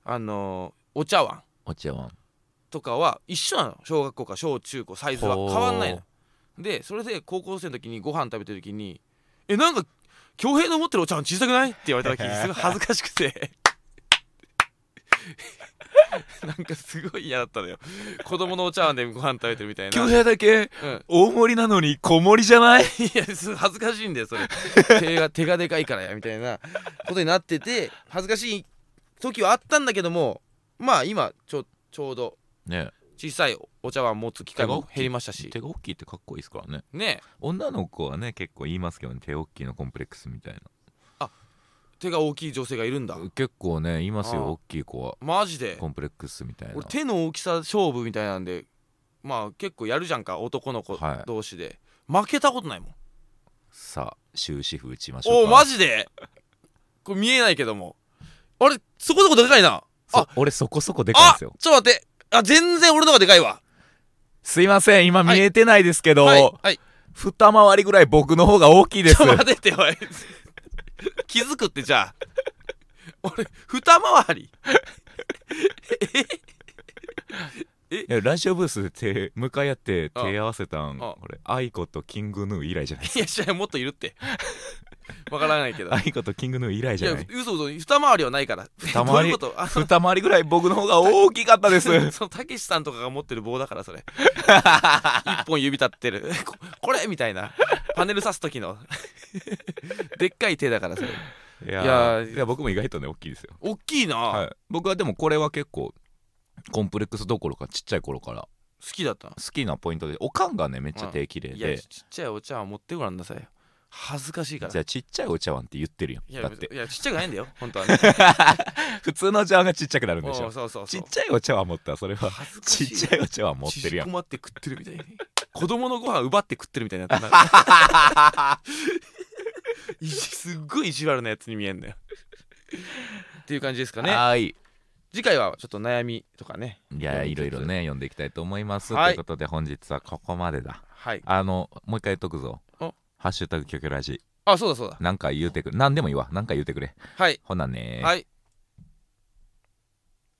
Speaker 2: あのお茶碗
Speaker 1: お茶碗
Speaker 2: とかは一緒なの小学校から小中高サイズは
Speaker 1: ほう
Speaker 2: 変わんないのでそれで高校生の時にご飯食べてる時に「えなんか恭平の持ってるお茶碗小さくない?」って言われた
Speaker 1: [LAUGHS]
Speaker 2: 時にすごい恥ずかしくて [LAUGHS] なんかすごい嫌だったのよ子供のお茶碗でご飯食べてるみたいな、
Speaker 1: 京平だけ
Speaker 2: うん、
Speaker 1: 大盛りなのに小盛りじゃ
Speaker 2: [LAUGHS]
Speaker 1: ない
Speaker 2: いやす恥ずかしいんだよそれ
Speaker 1: [LAUGHS]
Speaker 2: 手が手がでかいからやみたいなことになってて恥ずかしい時はあったんだけどもまあ今ちょちょうど
Speaker 1: ね
Speaker 2: 小さいお茶碗持つ機会も減りましたし
Speaker 1: 手が大きいってかっこいいですからね
Speaker 2: ね
Speaker 1: 女の子はね結構言いますけどね手大きいのコンプレックスみたいな
Speaker 2: 手が大きい女性がいるんだ
Speaker 1: 結構ね言います
Speaker 2: ああ
Speaker 1: よ大きい子は
Speaker 2: マジで
Speaker 1: コンプレックスみたいな
Speaker 2: 俺手の大きさ勝負みたいなんでまあ結構やるじゃんか男の子
Speaker 1: はい
Speaker 2: 同士で、負けたことないもん
Speaker 1: さあ終止符打ちましょう
Speaker 2: お
Speaker 1: か
Speaker 2: おマジでこれ見えないけどもあれそこそこでかいな
Speaker 1: そ
Speaker 2: あ
Speaker 1: 俺そこそこでかいん
Speaker 2: あ
Speaker 1: です
Speaker 2: ちょっ
Speaker 1: よ
Speaker 2: と待ってあ全然俺の方がでかいわ
Speaker 1: すいません今
Speaker 2: はい
Speaker 1: 見えてないですけど、
Speaker 2: はい、はい
Speaker 1: 二回りぐらい僕の方が大きいです
Speaker 2: ちょ待てっておい気づくってじゃあ俺二回り
Speaker 1: いやラジオブースで手向かい合って
Speaker 2: あ
Speaker 1: 手合わせたん
Speaker 2: あ
Speaker 1: これアイコとキングヌー以来じゃない
Speaker 2: いや知らんもっといるってわからないけ
Speaker 1: [LAUGHS]
Speaker 2: ど
Speaker 1: アイコとキングヌー以来
Speaker 2: い
Speaker 1: じゃ [LAUGHS]
Speaker 2: や
Speaker 1: ない
Speaker 2: 嘘嘘二回りはないから
Speaker 1: 二回り
Speaker 2: どういうことあ
Speaker 1: 二回りぐらい僕の方が大きかった [LAUGHS] です
Speaker 2: そのたけしさんとかが持ってる棒だから
Speaker 1: [LAUGHS]
Speaker 2: それ一本指立ってるここれみたいなパネル刺す時のでっかい手だからそれ
Speaker 1: いや
Speaker 2: いや
Speaker 1: いや僕も意外とね大きいですよ、
Speaker 2: おっきいな、
Speaker 1: はい、僕はでもこれは結構コンプレックスどころかちっちゃい頃から
Speaker 2: 好きだった
Speaker 1: 好きなポイントでおかんがねめっちゃ手綺麗
Speaker 2: いや
Speaker 1: で
Speaker 2: ちっちゃいお茶碗持ってごらんなさい恥ずかしいから
Speaker 1: じゃあちっちゃいお茶碗って言ってるや
Speaker 2: い
Speaker 1: ん
Speaker 2: や
Speaker 1: だって
Speaker 2: いやちっちゃくないんだよ本当
Speaker 1: [LAUGHS]
Speaker 2: はね
Speaker 1: 普通のお茶碗がちっちゃくなるん
Speaker 2: お
Speaker 1: でし
Speaker 2: う
Speaker 1: ょ
Speaker 2: そうそう
Speaker 1: ち
Speaker 2: そ
Speaker 1: っ
Speaker 2: う
Speaker 1: ちゃいお茶碗持ったらそ
Speaker 2: [LAUGHS]
Speaker 1: れは
Speaker 2: 恥ずかし
Speaker 1: ち
Speaker 2: い
Speaker 1: っちゃいお茶碗持ってるやん
Speaker 2: 縮こまって食ってるみたいに [LAUGHS] 子供のご飯奪って食ってるみたい
Speaker 1: [LAUGHS]
Speaker 2: になってないじすっごい意地悪なやつに見えんだよっていう感じですかね
Speaker 1: はい
Speaker 2: 次回はちょっと悩みとかね
Speaker 1: いや
Speaker 2: 読み
Speaker 1: い
Speaker 2: つつ
Speaker 1: ろいろね読んでいきたいと思います、
Speaker 2: は
Speaker 1: とい
Speaker 2: い
Speaker 1: うことで本日はここまでだ
Speaker 2: はい
Speaker 1: あのもう一回言っとくぞ
Speaker 2: お
Speaker 1: 「ハッシュタグキョキョラジ
Speaker 2: あそうだそうだ」
Speaker 1: なんか言うてくれ何でもいいわなんか言うてくれ
Speaker 2: はい
Speaker 1: ほなねー
Speaker 2: はい